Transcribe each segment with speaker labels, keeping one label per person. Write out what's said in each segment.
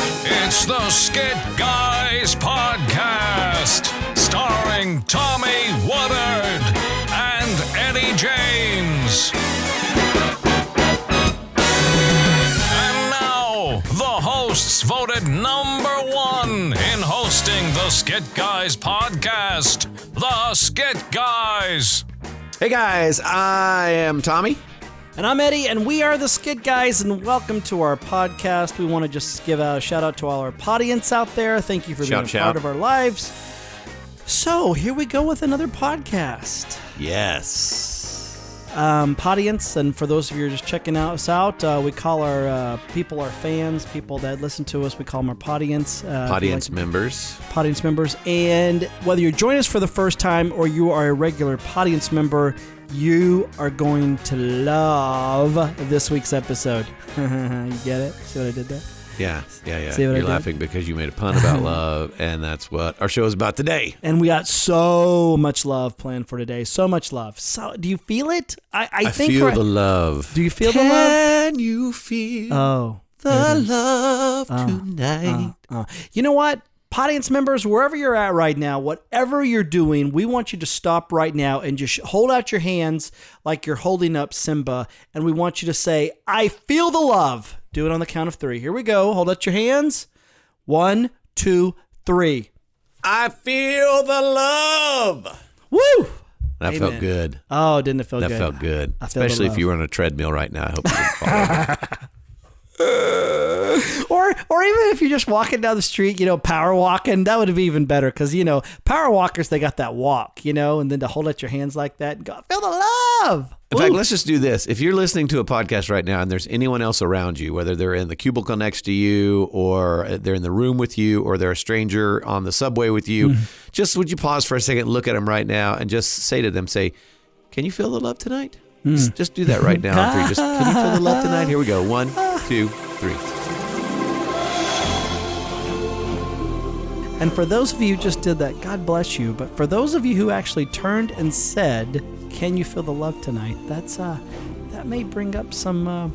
Speaker 1: It's the Skit Guys Podcast, starring Tommy Woodard and Eddie James. And now, the hosts voted number one in hosting the Skit Guys Podcast, the Skit Guys.
Speaker 2: Hey guys, I am Tommy.
Speaker 3: And I'm Eddie, and we are the Skid Guys, and welcome to our podcast. We want to just give a shout out to all our audience out there. Thank you for
Speaker 2: Shout,
Speaker 3: being a
Speaker 2: shout.
Speaker 3: part of our lives. So here we go with another podcast.
Speaker 2: Yes.
Speaker 3: Um, audience, and for those of you who are just checking us out, uh, we call our uh, people our fans, people that listen to us. We call them our audience. Uh, if you
Speaker 2: Audience members.
Speaker 3: audience members. And whether you join us for the first time or you are a regular audience member, you are going to love this week's episode. you get it? See what I did there?
Speaker 2: Yeah, yeah, yeah.
Speaker 3: See what I
Speaker 2: You're
Speaker 3: did?
Speaker 2: laughing because you made a pun about love, and that's what our show is about today.
Speaker 3: And we got so much love planned for today. So much love. So, do you feel it? I, I,
Speaker 2: I,
Speaker 3: think.
Speaker 2: feel
Speaker 3: we're-
Speaker 2: the love.
Speaker 3: do you feel the love?
Speaker 2: Can you feel
Speaker 3: Oh,
Speaker 2: the love tonight?
Speaker 3: Uh, you know what? Audience members, wherever you're at right now, whatever you're doing, we want you to stop right now and just hold out your hands like you're holding up Simba. And we want you to say, I feel the love. Do it on the count of three. Here we go. Hold out your hands. One, two, three.
Speaker 2: I feel the love.
Speaker 3: Woo!
Speaker 2: That felt good.
Speaker 3: Oh, didn't it feel
Speaker 2: That
Speaker 3: good?
Speaker 2: felt good.
Speaker 3: feel the
Speaker 2: Especially if
Speaker 3: love.
Speaker 2: you were on a treadmill right now. I hope you didn't fall over.
Speaker 3: Or, or even if you're just walking down the street, you know, power walking, that would be even better because you know, power walkers they got that walk, you know, and then to hold out your hands like that and go, feel the love.
Speaker 2: In fact, let's just do this. If you're listening to a podcast right now and there's anyone else around you, whether they're in the cubicle next to you or uh, they're in the room with you or they're a stranger on the subway with you, just would you pause for a second, look at them right now and just say to them, say, can you feel the love tonight? Just, just do that right now. on three. Just, can you feel the love tonight? Here we go. One, two, three.
Speaker 3: And for those of you who just did that, God bless you. But for those of you who actually turned and said, "Can you feel the love tonight?" That's uh, that may bring up some, uh,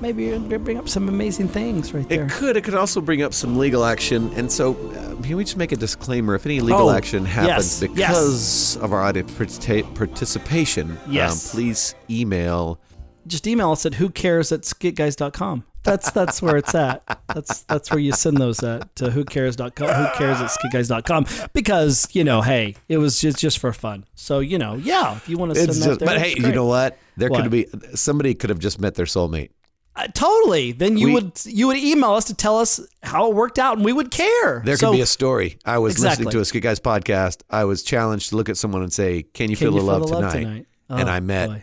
Speaker 3: maybe it'll bring up some amazing things right there.
Speaker 2: It could. It could also bring up some legal action. And so, uh, can we just make a disclaimer? If any legal
Speaker 3: Oh,
Speaker 2: action happens
Speaker 3: yes,
Speaker 2: because of our audience particip- participation, um,
Speaker 3: Yes.
Speaker 2: please email.
Speaker 3: Just email us at who cares at skitguys.com. That's that's where it's at. That's that's where you send those at to who cares.com who cares at skitguys.com because you know hey it was just just for fun so you know yeah if you want to send
Speaker 2: It's
Speaker 3: that
Speaker 2: just,
Speaker 3: there,
Speaker 2: but
Speaker 3: that's
Speaker 2: hey, you
Speaker 3: great.
Speaker 2: know what? There
Speaker 3: What?
Speaker 2: could be somebody could have just met their soulmate.
Speaker 3: Uh, totally. Then you
Speaker 2: We-
Speaker 3: would you would email us to tell us how it worked out, and we would care.
Speaker 2: There
Speaker 3: So,
Speaker 2: could be a story. I was listening
Speaker 3: Exactly.
Speaker 2: to a Skid Guys podcast. I was challenged to look at someone and say, "Can you
Speaker 3: Can
Speaker 2: feel
Speaker 3: you
Speaker 2: the
Speaker 3: feel
Speaker 2: love
Speaker 3: the love
Speaker 2: tonight?"
Speaker 3: tonight?
Speaker 2: and
Speaker 3: Oh,
Speaker 2: I met
Speaker 3: boy.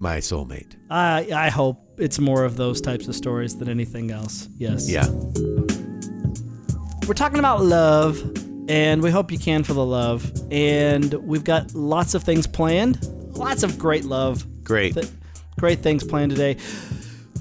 Speaker 2: my soulmate.
Speaker 3: I I hope it's more of those types of stories than anything else. Yes.
Speaker 2: Yeah.
Speaker 3: We're talking about love, and we hope you can for the love. And we've got lots of things planned. Lots of great love.
Speaker 2: Great.
Speaker 3: th- great things planned today.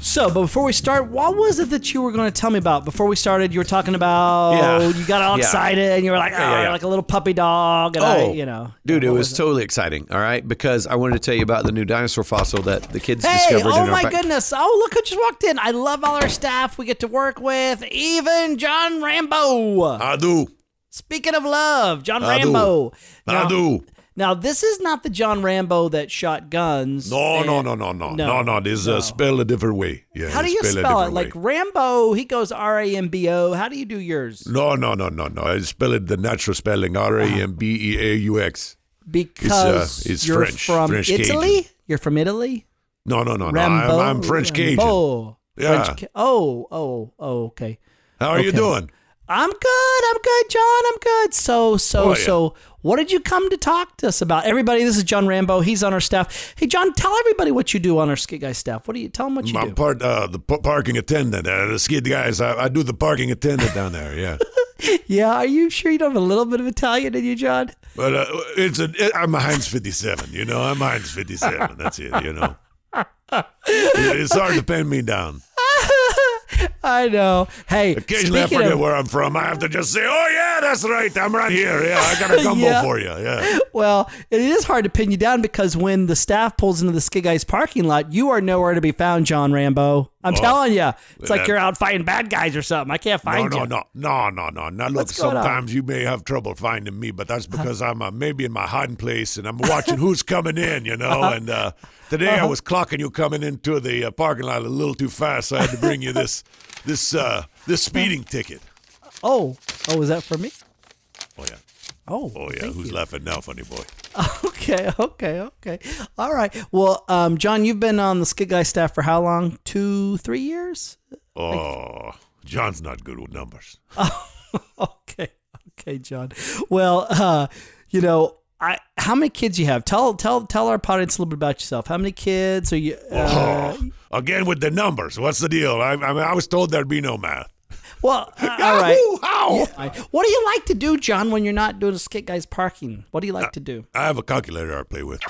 Speaker 3: So, but before we start, what was it that you were going to tell me about? Before we started, you were talking about
Speaker 2: Yeah.
Speaker 3: you got all
Speaker 2: Yeah.
Speaker 3: excited and you were like, "Oh,
Speaker 2: yeah, yeah.
Speaker 3: you're like a little puppy dog," and I, you know,
Speaker 2: Oh, dude, it
Speaker 3: What
Speaker 2: was totally exciting. All right, because I wanted to tell you about the new dinosaur fossil that the kids
Speaker 3: Hey!
Speaker 2: discovered.
Speaker 3: Oh
Speaker 2: in
Speaker 3: my
Speaker 2: our
Speaker 3: goodness! Oh look who just walked in! I love all our staff. We get to work with even John Rambo.
Speaker 2: I do.
Speaker 3: Speaking of love, John
Speaker 2: I do.
Speaker 3: Rambo.
Speaker 2: I
Speaker 3: Now-
Speaker 2: do.
Speaker 3: Now this is not the John Rambo that shot guns.
Speaker 2: No, no,
Speaker 3: and-
Speaker 2: no, no, no,
Speaker 3: No.
Speaker 2: no, no. This is
Speaker 3: No.
Speaker 2: uh, spelled a different way. Yeah.
Speaker 3: How do you
Speaker 2: a
Speaker 3: spell it?
Speaker 2: different
Speaker 3: Like
Speaker 2: way. uh,
Speaker 3: Rambo, he goes R A M B O. How do you do yours?
Speaker 2: No, no, no, no, no. I spell it the natural spelling: R A M B E A U X.
Speaker 3: Because
Speaker 2: it's
Speaker 3: you're
Speaker 2: French,
Speaker 3: from
Speaker 2: French Cajun.
Speaker 3: Italy. You're from Italy.
Speaker 2: No, no, no, no.
Speaker 3: Rambo.
Speaker 2: I'm, I'm French Cajun.
Speaker 3: Rambo.
Speaker 2: Yeah.
Speaker 3: French Ca- oh, oh, oh. Okay.
Speaker 2: How are you
Speaker 3: Okay.
Speaker 2: doing?
Speaker 3: I'm good. I'm good, John. I'm good. So, so,
Speaker 2: Oh, yeah.
Speaker 3: so. What did you come to talk to us about? Everybody, this is John Rambo. He's on our staff. Hey, John, tell everybody what you do on our Skit Guy staff. What do you tell them what you
Speaker 2: I'm
Speaker 3: do?
Speaker 2: part uh, the p- parking attendant. Uh, the skid guys. I, I do the parking attendant down there. Yeah.
Speaker 3: yeah, are you sure you don't have a little bit of Italian in you, John?
Speaker 2: But uh, it's a. It, I'm a Heinz 57. You know, I'm Heinz 57. That's it. You know. It- It's hard to pin me down.
Speaker 3: I know. Hey,
Speaker 2: Occasionally,
Speaker 3: speaking
Speaker 2: I forget
Speaker 3: of,
Speaker 2: where I'm from. I have to just say, "Oh yeah, that's right. I'm right here. Yeah, I got a gumbo
Speaker 3: Yeah.
Speaker 2: for you. Yeah,
Speaker 3: Well, it is hard to pin you down because when the staff pulls into the Skid Guys parking lot, you are nowhere to be found, John Rambo. I'm telling you, it's like you're out fighting bad guys or something. I can't
Speaker 4: No,
Speaker 3: find
Speaker 4: no,
Speaker 3: you.
Speaker 4: no, no, no, no. Now, look,
Speaker 3: What's going on?
Speaker 4: sometimes you may have trouble finding me, but that's because I'm uh, maybe in my hiding place and I'm watching who's coming in, you know.
Speaker 3: Uh-huh.
Speaker 4: And uh, today I was clocking you coming into the uh, parking lot a little too fast, so I had to bring you this, this, uh, this speeding ticket.
Speaker 3: Oh, oh, is that for me?
Speaker 4: Oh yeah,
Speaker 3: Oh,
Speaker 4: oh yeah.
Speaker 3: thank
Speaker 4: Who's
Speaker 3: you.
Speaker 4: laughing now, funny boy?
Speaker 3: Okay, okay, okay. All right. Well, um, John, you've been on the Skid Guy staff for how long? Two, three years?
Speaker 4: Oh, John's not good with numbers.
Speaker 3: Okay, okay, John. Well, uh, you know, I how many kids you have? Tell tell tell our audience a little bit about yourself. How many kids are you? Uh,
Speaker 4: Oh, again with the numbers. What's the deal? I, I mean, I was told there'd be no math.
Speaker 3: well, uh, all right.
Speaker 4: Yahoo! How?
Speaker 3: I- What do you like to do, John, when you're not doing a skit guys parking? What do you like to do?
Speaker 4: I have a calculator I play with.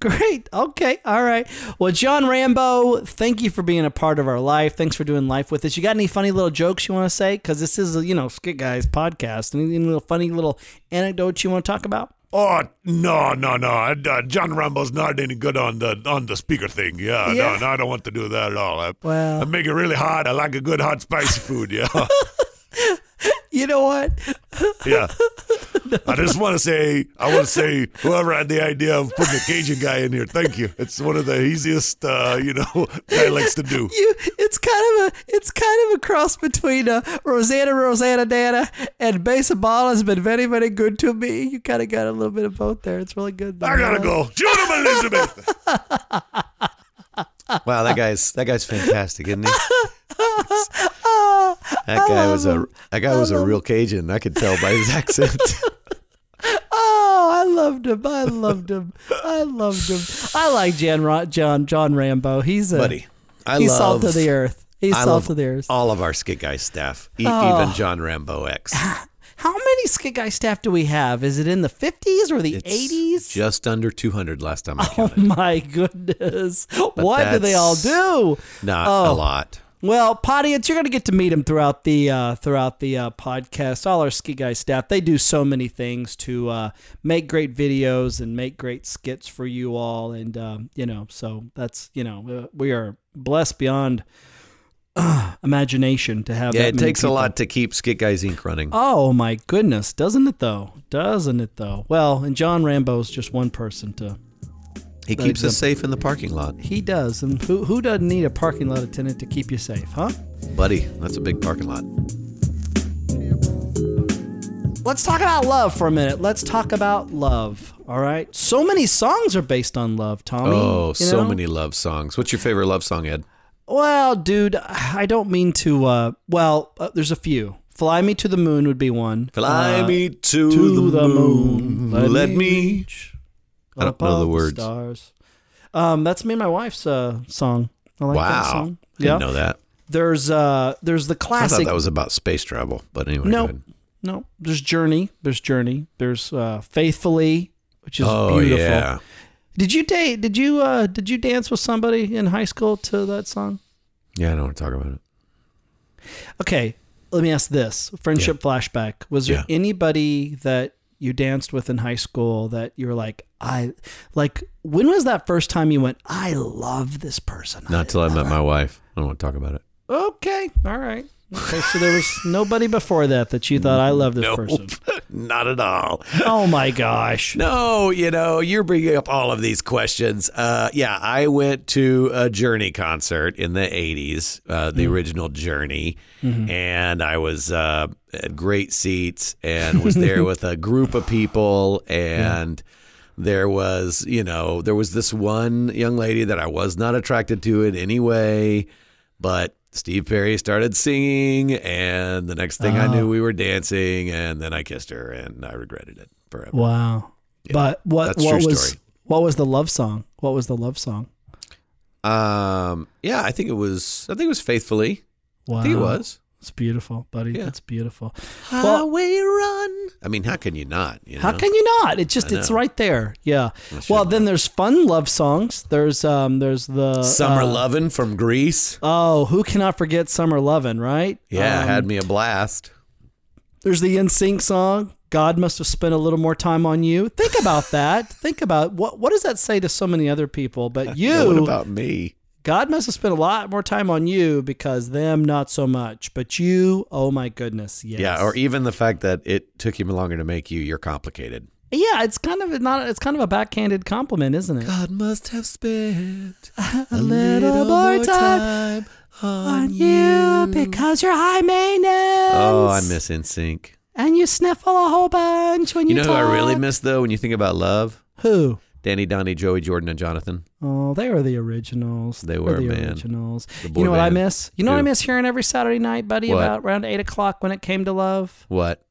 Speaker 3: Great. Okay. All right. Well, John Rambo, thank you for being a part of our life. Thanks for doing life with us. You got any funny little jokes you want to say? Because this is, a, you know, Skit Guys podcast. Any, any little funny little anecdotes you want to talk about?
Speaker 4: Oh no no no! I, uh, John Rambo's not any good on the on the speaker thing. Yeah,
Speaker 3: Yeah.
Speaker 4: No, no, I don't want to do that at all. I,
Speaker 3: Well-
Speaker 4: I make it really hot. I like a good hot spicy food. Yeah,
Speaker 3: You know what?
Speaker 4: yeah. I just want to say I want to say whoever had the idea of putting a Cajun guy in here, thank you. It's one of the easiest uh, you know dialects to do.
Speaker 3: You, it's kind of a, it's kind of a cross between uh, Rosanna, Rosanna, Dana, and Besa Ball has been very, very good to me. You kind of got a little bit of both there. It's really good.
Speaker 4: I gotta go. Shoot him, Elizabeth.
Speaker 2: Wow, that guy's that guy's fantastic, isn't he? That guy was a that guy was a real Cajun. I could tell by his accent.
Speaker 3: Oh, I loved him. I loved him. I loved him. I like Jan Ra- John John Rambo. He's a
Speaker 2: Buddy, I
Speaker 3: he's
Speaker 2: love
Speaker 3: salt of the earth. He's
Speaker 2: I
Speaker 3: salt
Speaker 2: love
Speaker 3: of the Oh. earth.
Speaker 2: all of our skit guy staff, e- even John Rambo X.
Speaker 3: Ah, How many skit guy staff do we have? Is it in the fifties or the
Speaker 2: It's
Speaker 3: eighties?
Speaker 2: just under 200 last time I
Speaker 3: Oh
Speaker 2: counted.
Speaker 3: my goodness! what do they all do?
Speaker 2: Not
Speaker 3: oh.
Speaker 2: a lot.
Speaker 3: Well, Podians, you're going to get to meet them throughout the uh, throughout the uh, podcast. All our Ski Guy staff, they do so many things to uh, make great videos and make great skits for you all, and um, you know, so that's you know, uh, we are blessed beyond uh, imagination to have.
Speaker 2: Yeah,
Speaker 3: that
Speaker 2: it
Speaker 3: many
Speaker 2: takes a
Speaker 3: people.
Speaker 2: lot to keep Skit Guys Inc. running.
Speaker 3: Oh my goodness, doesn't it though? Doesn't it though? Well, and John Rambo's just one person to
Speaker 2: He keeps us safe in the parking lot.
Speaker 3: he does, and who who doesn't need a parking lot attendant to keep you safe, huh?
Speaker 2: Buddy, that's a big parking lot.
Speaker 3: Let's talk about love for a minute. Let's talk about love. All right. So many songs are based on love, Tommy.
Speaker 2: Oh,
Speaker 3: you
Speaker 2: so
Speaker 3: know?
Speaker 2: many love songs. What's your favorite love song, Ed?
Speaker 3: Well, dude, I don't mean to. Uh, well, uh, there's a few. Fly Me to the Moon would be one.
Speaker 2: Fly
Speaker 3: Uh,
Speaker 2: me to,
Speaker 3: to
Speaker 2: the, moon. Let, me.
Speaker 3: reach
Speaker 2: I don't
Speaker 3: above
Speaker 2: know the words.
Speaker 3: Stars. Um, that's me and my wife's uh, song. I like that
Speaker 2: wow.
Speaker 3: song.
Speaker 2: Didn't
Speaker 3: Yeah.
Speaker 2: know that.
Speaker 3: There's uh, there's the
Speaker 2: I
Speaker 3: classic.
Speaker 2: thought that was about space travel, but anyway.
Speaker 3: No,
Speaker 2: go ahead.
Speaker 3: no. There's Journey. There's Journey. There's uh, Faithfully, which is
Speaker 2: Oh
Speaker 3: beautiful.
Speaker 2: yeah.
Speaker 3: Did you date? Did you uh, did you dance with somebody in high school to that song?
Speaker 2: Yeah, I don't want to talk about it.
Speaker 3: Okay, let me ask this: friendship flashback. Was there
Speaker 2: Yeah.
Speaker 3: anybody that you danced with in high school that you were like, I like? When was that first time you went? I love this person.
Speaker 2: Not till I met my wife. I don't want to talk about it.
Speaker 3: Okay, all right. Okay, so there was nobody before that that you thought I love this person.
Speaker 2: Not at all.
Speaker 3: Oh my gosh.
Speaker 2: No, you know, you're bringing up all of these questions. Uh, yeah, I went to a Journey concert in the 80s, uh, the original Journey, and I was uh, at great seats and was there with a group of people and. There was, you know, there was this one young lady that I was not attracted to in any way, but Steve Perry started singing, and the next thing I knew, we were dancing, and then I kissed her, and I regretted it forever.
Speaker 3: Wow. but what
Speaker 2: that's
Speaker 3: what
Speaker 2: true
Speaker 3: was
Speaker 2: story.
Speaker 3: what was the love song? What was the love song?
Speaker 2: Um, yeah, I think it was. I think it was faithfully.
Speaker 3: Wow.
Speaker 2: I think it was.
Speaker 3: It's beautiful, buddy.
Speaker 2: Yeah.
Speaker 3: It's beautiful. Well,
Speaker 2: Highway run. I mean, how can you not? You
Speaker 3: how
Speaker 2: know?
Speaker 3: can you not? It's just
Speaker 2: I
Speaker 3: it's
Speaker 2: know.
Speaker 3: right there. Yeah. Well, then there's fun love songs. There's um there's the
Speaker 2: Summer
Speaker 3: uh,
Speaker 2: lovin' from Greece.
Speaker 3: Oh, who cannot forget Summer Lovin', right?
Speaker 2: Yeah,
Speaker 3: Um,
Speaker 2: had me a blast.
Speaker 3: there's the NSYNC song. God must have spent a little more time on you. Think about that. Think about what what does that say to so many other people, but you
Speaker 2: What about me?
Speaker 3: God must have spent a lot more time on you because them not so much, but you, oh my goodness, yes.
Speaker 2: Yeah, or e even the fact that it took him longer to make you, you're complicated.
Speaker 3: yeah, it's kind of not. It's kind of a backhanded compliment, isn't it?
Speaker 2: God must have spent a
Speaker 3: little more time on you because you're high maintenance.
Speaker 2: Oh, I miss NSYNC.
Speaker 3: And you sniffle a whole bunch when
Speaker 2: You
Speaker 3: you.
Speaker 2: know who I really
Speaker 3: talk.
Speaker 2: miss though when you think about love?
Speaker 3: Who?
Speaker 2: Danny, Donnie, Joey, Jordan, and Jonathan.
Speaker 3: Oh, they were the originals.
Speaker 2: They
Speaker 3: were
Speaker 2: were,
Speaker 3: the
Speaker 2: man.
Speaker 3: originals.
Speaker 2: boy
Speaker 3: You know what I
Speaker 2: band.
Speaker 3: miss? You know what I
Speaker 2: Who?
Speaker 3: miss hearing every Saturday night, buddy?
Speaker 2: What?
Speaker 3: About around eight o'clock when it came to love.
Speaker 2: What?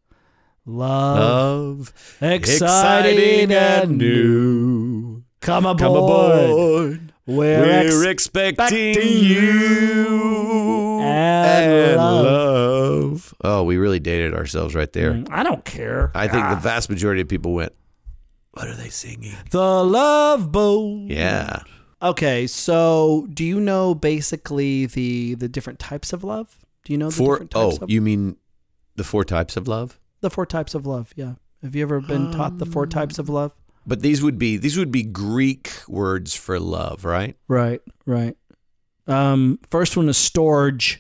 Speaker 3: Love,
Speaker 2: Love.
Speaker 3: exciting, and new.
Speaker 2: new.
Speaker 3: Come aboard.
Speaker 2: Come aboard.
Speaker 3: We're,
Speaker 2: We're
Speaker 3: ex-
Speaker 2: expecting
Speaker 3: expecting
Speaker 2: you
Speaker 3: and love.
Speaker 2: love. Oh, we really dated ourselves right there.
Speaker 3: I don't care.
Speaker 2: I think the vast majority of people went, What are they singing?
Speaker 3: the love boat.
Speaker 2: Yeah.
Speaker 3: Okay, so do you know basically the the different types of love? Do you know the
Speaker 2: Four,
Speaker 3: different
Speaker 2: oh,
Speaker 3: types of
Speaker 2: you mean the four types of love?
Speaker 3: the four types of love? Yeah. Have you ever been taught the four types of love?
Speaker 2: But these would be these would be Greek words for love, right?
Speaker 3: Right, right. Um, first one is storage.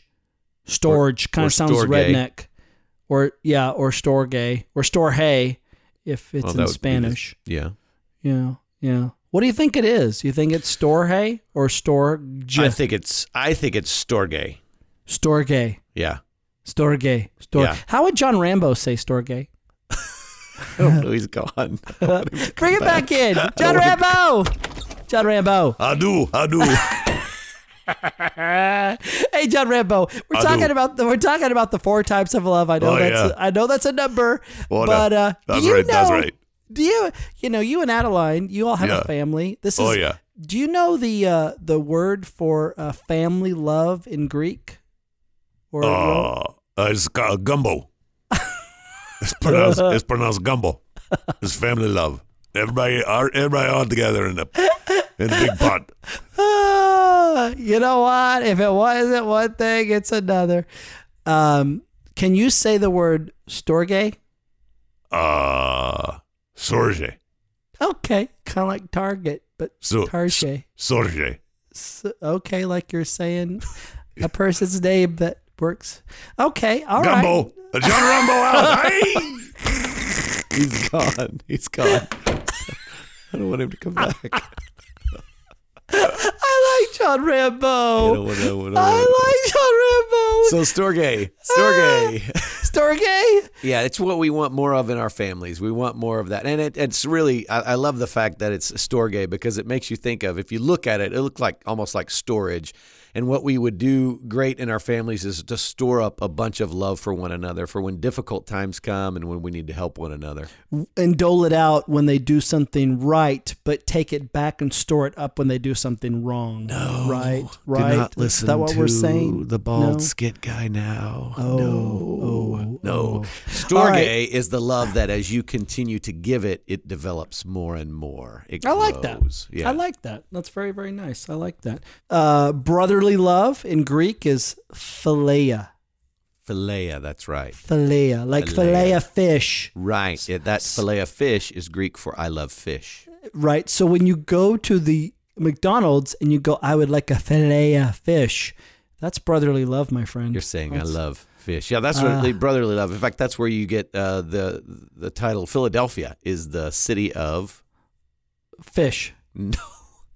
Speaker 3: Storage kind
Speaker 2: or
Speaker 3: of sounds
Speaker 2: storge.
Speaker 3: redneck, or yeah, or storge, or storge if it's
Speaker 2: Well, that
Speaker 3: in
Speaker 2: would be the-
Speaker 3: Spanish.
Speaker 2: Yeah.
Speaker 3: Yeah, yeah. What do you think it is? You think it's storge or storge?
Speaker 2: I think it's I think it's storge.
Speaker 3: storge,
Speaker 2: Yeah.
Speaker 3: storge, storge.
Speaker 2: Yeah.
Speaker 3: How would John Rambo say storge?
Speaker 2: I don't know Oh, he's gone.
Speaker 3: Bring it back in, John Rambo. John Rambo.
Speaker 4: I do, I do.
Speaker 3: Hey, John Rambo. We're
Speaker 4: I
Speaker 3: talking
Speaker 4: do.
Speaker 3: about the we're talking about the four types of love. I know
Speaker 4: Oh,
Speaker 3: that's
Speaker 4: yeah.
Speaker 3: I know that's a number,
Speaker 4: Well,
Speaker 3: but
Speaker 4: that-
Speaker 3: uh,
Speaker 4: that's
Speaker 3: do you
Speaker 4: right,
Speaker 3: know?
Speaker 4: that's right.
Speaker 3: Do you you know you and Adeline? You all have
Speaker 4: Yeah.
Speaker 3: a family. This is.
Speaker 4: Oh, yeah.
Speaker 3: Do you know the uh, the word for uh, family love in Greek? Or
Speaker 4: Uh, uh, it's ca- gumbo. it's pronounced.
Speaker 3: Uh.
Speaker 4: It's pronounced gumbo. It's family love. Everybody, are, everybody all together in the in the big pot.
Speaker 3: Ah, you know what? If it wasn't one thing, it's another. Um, can you say the word storge?
Speaker 4: Uh, sorge.
Speaker 3: Okay, kind of like Target, but
Speaker 4: So,
Speaker 3: Target.
Speaker 4: sorge.
Speaker 3: S- okay, like you're saying a person's name that works. Okay, all right.
Speaker 4: Gumbo. Uh, John Rambo out. Hey!
Speaker 2: he's gone. He's gone. I don't want him to come back.
Speaker 3: I like John
Speaker 2: I don't
Speaker 3: Rambo.
Speaker 2: want to, want
Speaker 3: I like John Rambo.
Speaker 2: So storge. Storge.
Speaker 3: Storge?
Speaker 2: yeah, it's what we want more of in our families. We want more of that. And it, it's really I, I love the fact that it's storge because it makes you think of if you look at it, it looks like almost like storage. And what we would do great in our families is to store up a bunch of love for one another for when difficult times come and when we need to help one another.
Speaker 3: And dole it out when they do something right, but take it back and store it up when they do something wrong. No. Right, right.
Speaker 2: Do not listen
Speaker 3: Is that what
Speaker 2: to
Speaker 3: we're saying?
Speaker 2: the bald
Speaker 3: No?
Speaker 2: skit guy now.
Speaker 3: Oh,
Speaker 2: no.
Speaker 3: oh,
Speaker 2: No.
Speaker 3: oh. All
Speaker 2: Storge
Speaker 3: right.
Speaker 2: is the love that as you continue to give it, it develops more and more. It
Speaker 3: I like that.
Speaker 2: grows. Yeah.
Speaker 3: I like that. That's very, very nice. I like that. Uh, brotherly love in Greek is philia.
Speaker 2: Philea, that's right.
Speaker 3: Philia, like
Speaker 2: Philea.
Speaker 3: philia fish.
Speaker 2: Right. Yeah, that philea fish is Greek for I love fish.
Speaker 3: Right. So when you go to the McDonald's and you go, I would like a filet of fish, that's brotherly love, my friend.
Speaker 2: You're saying I love fish. Yeah, that's
Speaker 3: Ah.
Speaker 2: what the brotherly love. In fact, that's where you get uh, the the title Philadelphia is the city of
Speaker 3: fish.
Speaker 2: no,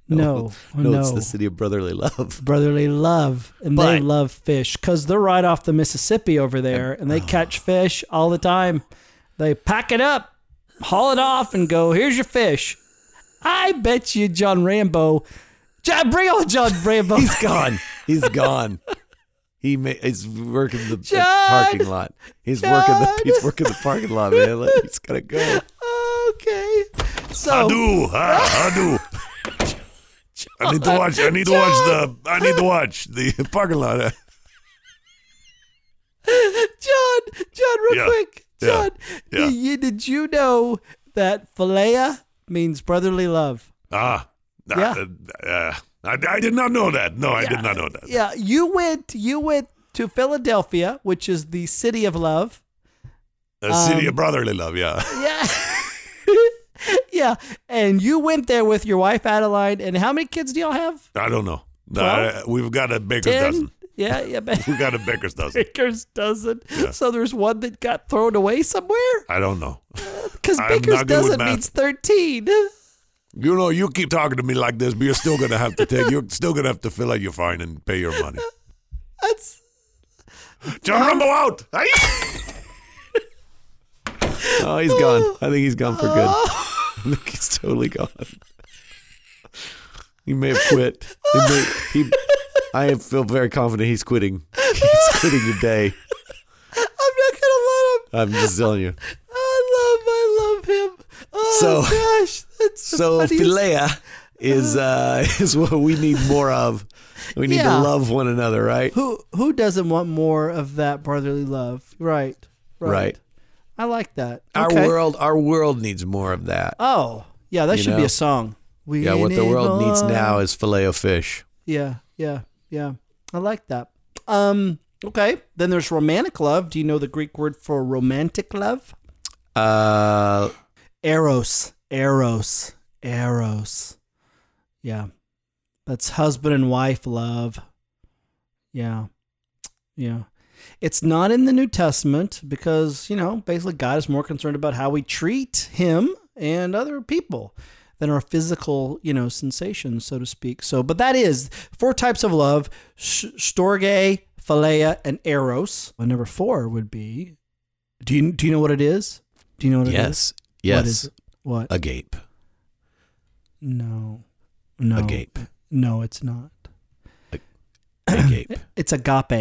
Speaker 3: No. Oh,
Speaker 2: no,
Speaker 3: No.
Speaker 2: it's the city of brotherly love.
Speaker 3: Brotherly love. And they
Speaker 2: But-
Speaker 3: love fish because they're right off the Mississippi over there and they catch fish all the time. They pack it up, haul it off, and go, here's your fish. I bet you, John Rambo. John, bring on John Rambo.
Speaker 2: He's gone. He's gone. He ma- is working the, the
Speaker 3: John!
Speaker 2: parking lot. He's working the he's
Speaker 3: John!
Speaker 2: working the parking lot, man. Like, He's gotta go.
Speaker 3: okay. So.
Speaker 4: I do. I, I do. I need to watch. I need to watch the. I need to watch the parking lot. Uh,
Speaker 3: John, John, real
Speaker 4: Yeah,
Speaker 3: quick,
Speaker 4: yeah,
Speaker 3: John,
Speaker 4: yeah.
Speaker 3: y- you- did you know that philea means brotherly love?
Speaker 4: Ah. nah,
Speaker 3: Yeah.
Speaker 4: uh, uh, I, I did not know that. No, I did not know that.
Speaker 3: Yeah, you went, you went to Philadelphia, which is the city of love.
Speaker 4: A
Speaker 3: Um,
Speaker 4: city of brotherly love. Yeah.
Speaker 3: Yeah, yeah, and you went there with your wife Adeline. And how many kids do y'all have?
Speaker 4: I don't know. Uh, we've got a baker's
Speaker 3: Ten?
Speaker 4: dozen.
Speaker 3: Yeah, yeah. but-
Speaker 4: We've got a baker's dozen.
Speaker 3: Baker's dozen. So there's one that got thrown away somewhere
Speaker 4: I don't know.
Speaker 3: because
Speaker 4: I'm
Speaker 3: Baker's
Speaker 4: not good with
Speaker 3: dozen
Speaker 4: math.
Speaker 3: means thirteen.
Speaker 4: You know, you keep talking to me like this, but you're still gonna have to take. You're still gonna have to fill out your fine and pay your money.
Speaker 3: That's
Speaker 4: John Rumble out. Aye.
Speaker 2: Oh, he's gone. I think he's gone for good. I
Speaker 3: Oh.
Speaker 2: think he's totally gone. He may have quit. He may, he, I feel very confident he's quitting. He's quitting today.
Speaker 3: I'm not gonna let him.
Speaker 2: I'm just telling you.
Speaker 3: I love, I love him. Oh
Speaker 2: So-
Speaker 3: gosh, that's the
Speaker 2: So
Speaker 3: funniest-
Speaker 2: philea is uh, is what we need more of. We need
Speaker 3: Yeah.
Speaker 2: to love one another, right?
Speaker 3: Who who doesn't want more of that brotherly love? Right, right.
Speaker 2: Right.
Speaker 3: I like that.
Speaker 2: Our
Speaker 3: Okay.
Speaker 2: world, our world needs more of that.
Speaker 3: Oh, yeah, that
Speaker 2: You
Speaker 3: should
Speaker 2: know?
Speaker 3: be a song. We
Speaker 2: yeah, what the
Speaker 3: need
Speaker 2: world needs
Speaker 3: more.
Speaker 2: now is filet of fish.
Speaker 3: Yeah, yeah, yeah. I like that. Um, okay. Then there's romantic love. Do you know the Greek word for romantic love?
Speaker 2: Uh,
Speaker 3: Eros, eros, eros. Yeah. That's husband and wife love. Yeah. Yeah. It's not in the New Testament because, you know, basically God is more concerned about how we treat him and other people than our physical, you know, sensations, so to speak. So, but that is four types of love s- Storge, Philea, and Eros. And number four would be do you, do you know what it is? Do you know what it is?
Speaker 2: yes,
Speaker 3: What
Speaker 2: yes,
Speaker 3: is it? What?
Speaker 2: agape,
Speaker 3: no. No.
Speaker 2: agape,
Speaker 3: No, it's not.
Speaker 2: agape.
Speaker 3: It's agape.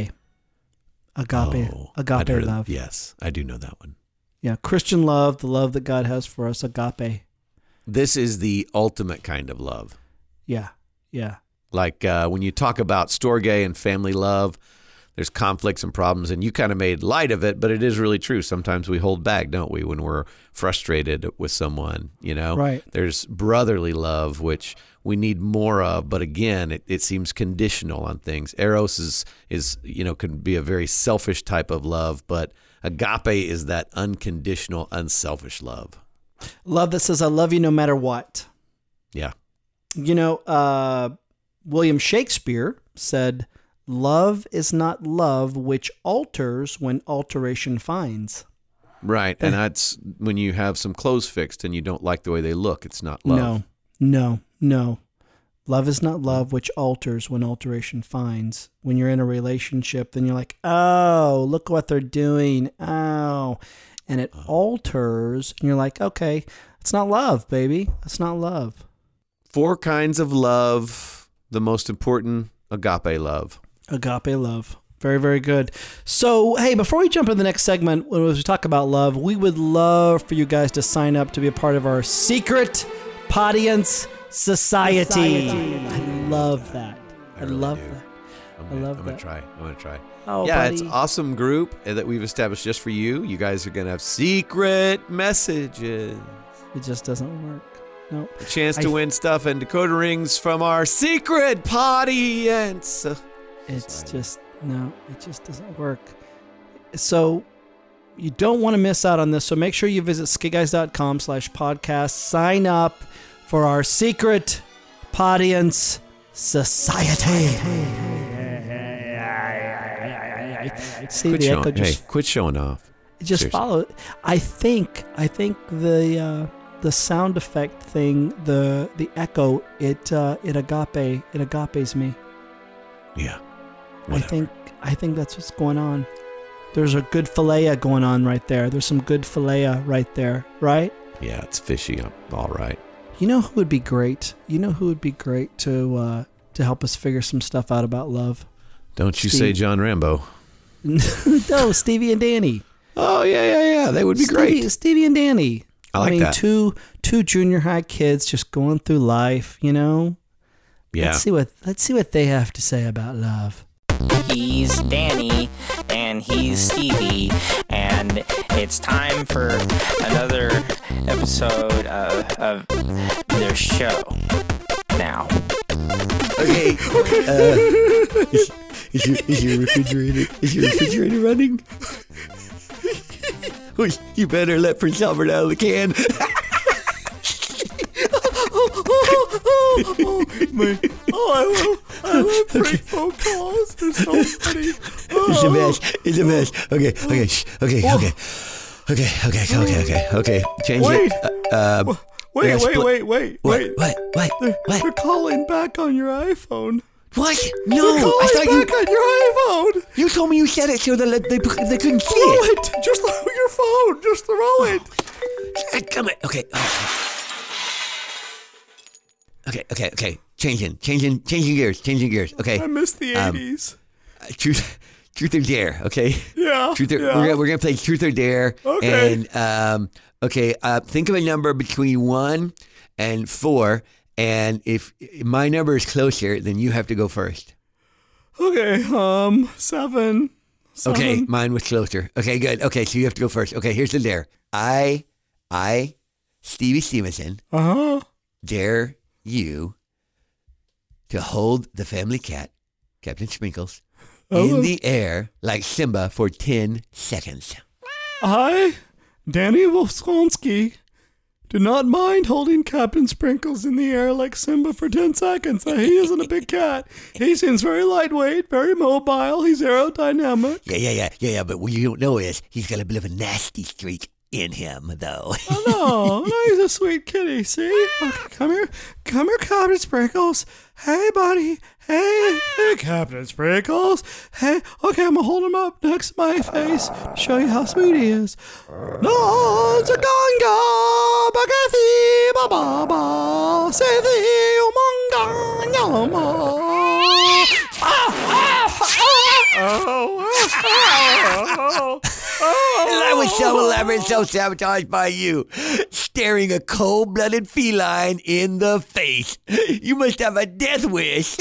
Speaker 3: Agape.
Speaker 2: Oh, I'd
Speaker 3: agape
Speaker 2: heard of-
Speaker 3: love.
Speaker 2: yes, I do know that one.
Speaker 3: Yeah, Christian love, the love that God has for us, agape.
Speaker 2: This is the ultimate kind of love.
Speaker 3: Yeah. Yeah.
Speaker 2: Like uh, when you talk about storge and family love, there's conflicts and problems, and you kind of made light of it, but it is really true. Sometimes we hold back, don't we, when we're frustrated with someone, you know?
Speaker 3: Right.
Speaker 2: There's brotherly love, which we need more of, but again, it, it seems conditional on things. Eros is, is, you know, can be a very selfish type of love, but agape is that unconditional, unselfish love.
Speaker 3: Love that says I love you no matter what.
Speaker 2: Yeah.
Speaker 3: You know, uh William Shakespeare said, "Love is not love which alters when alteration finds."
Speaker 2: Right,
Speaker 3: Eh.
Speaker 2: and that's when you have some clothes fixed and you don't like the way they look. It's not love.
Speaker 3: No, no, no. Love is not love which alters when alteration finds. When you're in a relationship, then you're like, oh, look what they're doing. Oh. And
Speaker 2: Uh.
Speaker 3: it alters, and you're like, okay, it's not love, baby. It's not love.
Speaker 2: Four kinds of love. The most important, agape love.
Speaker 3: Agape love. Very, very good. So, hey, before we jump into the next segment, when we talk about love, we would love for you guys to sign up to be a part of our secret Podience Society. I love that. I,
Speaker 2: really
Speaker 3: love
Speaker 2: do.
Speaker 3: that.
Speaker 2: I'm
Speaker 3: I
Speaker 2: gonna,
Speaker 3: love
Speaker 2: I'm gonna
Speaker 3: that.
Speaker 2: try. I'm gonna try.
Speaker 3: Oh,
Speaker 2: yeah,
Speaker 3: buddy.
Speaker 2: it's awesome group uh, that we've established just for you. You guys are gonna have secret messages,
Speaker 3: It just doesn't work. Nope.
Speaker 2: a chance
Speaker 3: I-
Speaker 2: to win stuff and decoder rings from our secret audience. Uh,
Speaker 3: It's just no, it just doesn't work. So you don't want to miss out on this. So make sure you visit skidguys.com slash podcast. Sign up for our secret Podience Society. See
Speaker 2: Quit
Speaker 3: the
Speaker 2: showing,
Speaker 3: echo
Speaker 2: hey,
Speaker 3: just
Speaker 2: quit showing off.
Speaker 3: just
Speaker 2: Seriously.
Speaker 3: follow it. I think I think the uh, the sound effect thing, the the echo, it uh, it agape it agapes me.
Speaker 2: Yeah.
Speaker 3: I
Speaker 2: Whatever.
Speaker 3: think I think that's what's going on. There's a good filea going on right there. There's some good filea right there, right?
Speaker 2: Yeah, it's fishy. I'm all right.
Speaker 3: You know who would be great? You know who would be great to uh, to help us figure some stuff out about love?
Speaker 2: Don't you say
Speaker 3: Steve.
Speaker 2: John Rambo.
Speaker 3: no, Stevie and Danny.
Speaker 2: Oh yeah, yeah, yeah. They would be
Speaker 3: Stevie,
Speaker 2: great.
Speaker 3: Stevie and Danny.
Speaker 2: I like
Speaker 3: mean,
Speaker 2: that.
Speaker 3: two two junior high kids just going through life, you know.
Speaker 2: Yeah.
Speaker 3: Let's see what let's see what they have to say about love.
Speaker 5: He's Danny, and he's Stevie, and it's time for another episode of, of their show. Now,
Speaker 2: Okay. is, your, is your refrigerator is your refrigerator running? you better let Prince Albert out of the can.
Speaker 3: oh, oh, oh, oh, my, oh,
Speaker 4: Prank phone calls. They're so funny.
Speaker 6: It's a mess. It's a mess. Okay, okay, shh. okay, okay, okay, okay, okay, okay, okay. Change
Speaker 3: Wait.
Speaker 6: it. Uh, um,
Speaker 3: Wait,
Speaker 6: yes,
Speaker 3: wait,
Speaker 6: but-
Speaker 3: wait, wait,
Speaker 6: What?
Speaker 3: wait.
Speaker 6: What? What?
Speaker 3: They're
Speaker 6: What?
Speaker 3: calling back on your iPhone.
Speaker 6: What?
Speaker 3: They're
Speaker 6: No! I
Speaker 3: calling
Speaker 6: thought
Speaker 3: back on
Speaker 6: you
Speaker 3: your iPhone.
Speaker 6: you told me you said it so that they they couldn't see
Speaker 3: Throw
Speaker 6: it.
Speaker 3: it. Just throw your phone. Just throw it.
Speaker 6: Ah, Come on. Okay. Okay. Okay. Okay. Changing. Changing. Changing gears. Changing gears. Okay.
Speaker 3: I miss the 80s.
Speaker 6: Uh, Truth. Truth or dare. Okay.
Speaker 3: yeah.
Speaker 6: Truth or,
Speaker 3: yeah.
Speaker 6: we're, gonna, we're gonna play truth or dare.
Speaker 3: Okay.
Speaker 6: And um, okay, uh, think of a number between one and four, and if my number is closer, then you have to go first.
Speaker 3: Okay, um, seven. seven.
Speaker 6: Okay, mine was closer. Okay, good. Okay, so you have to go first. Okay, here's the dare. I, I, Stevie Stevenson,
Speaker 3: Uh huh.
Speaker 6: dare you to hold the family cat, Captain Sprinkles,
Speaker 3: Oh.
Speaker 6: in the air like Simba for ten seconds.
Speaker 3: I, Danny Wolfskonski, do not mind holding Captain Sprinkles in the air like Simba for 10 seconds. Now, He isn't a big cat. He seems very lightweight, very mobile. He's aerodynamic.
Speaker 6: Yeah, yeah, yeah, yeah, yeah. But what you don't know is he's got a bit of a nasty streak in him, though.
Speaker 3: Oh, no, he's a sweet kitty. See? Okay, come here. Come here, Captain Sprinkles. Hey, buddy. Hey, hey, Captain Sprinkles. Hey, okay, I'm going to hold him up next to my face to show you how sweet he is. No, it's a ganga. Bagati, ba ba ba. Say the umanga, Oh, nyama. oh,
Speaker 6: I was so elaborate, so sabotaged by you, staring a cold-blooded feline in the face. You must have a death wish.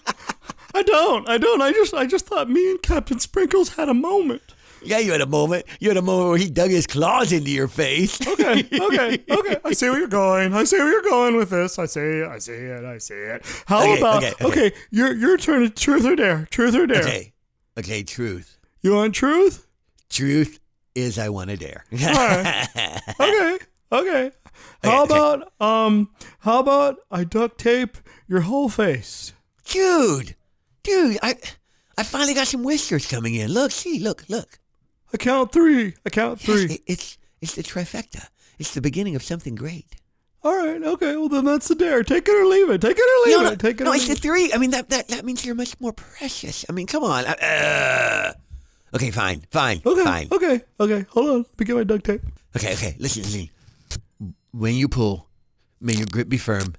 Speaker 3: I don't. I don't. I just, I just thought me and Captain Sprinkles had a moment.
Speaker 6: yeah, you had a moment. You had a moment where he dug his claws into your face.
Speaker 3: okay, okay, okay. I see where you're going. I see where you're going with this. I see it. I see it. I see it. How
Speaker 6: Okay,
Speaker 3: about okay,
Speaker 6: okay, okay.
Speaker 3: your your turn to truth or dare. Truth or dare.
Speaker 6: Okay, okay, truth.
Speaker 3: You want truth?
Speaker 6: Truth is I want to dare.
Speaker 3: right. Okay. Okay. How
Speaker 6: Okay, okay.
Speaker 3: about um how about I duct tape your whole face?
Speaker 6: dude, dude, I, I finally got some whiskers coming in. Look, see, look, look.
Speaker 3: I count three. I count
Speaker 6: Yes,
Speaker 3: three.
Speaker 6: it- it's it's the trifecta. It's the beginning of something great.
Speaker 3: All right, okay, well then that's the dare. Take it or leave it. Take it or leave
Speaker 6: no, no,
Speaker 3: it. Take it
Speaker 6: no,
Speaker 3: or
Speaker 6: it's
Speaker 3: leave
Speaker 6: the
Speaker 3: it.
Speaker 6: three. I mean, that that, that means you're much more precious. I mean, come on. Uh, okay, fine, fine,
Speaker 3: Okay,
Speaker 6: fine.
Speaker 3: okay, okay. Hold on. Let me get my duct tape.
Speaker 6: Okay, okay. Listen, listen. When you pull, may your grip be firm,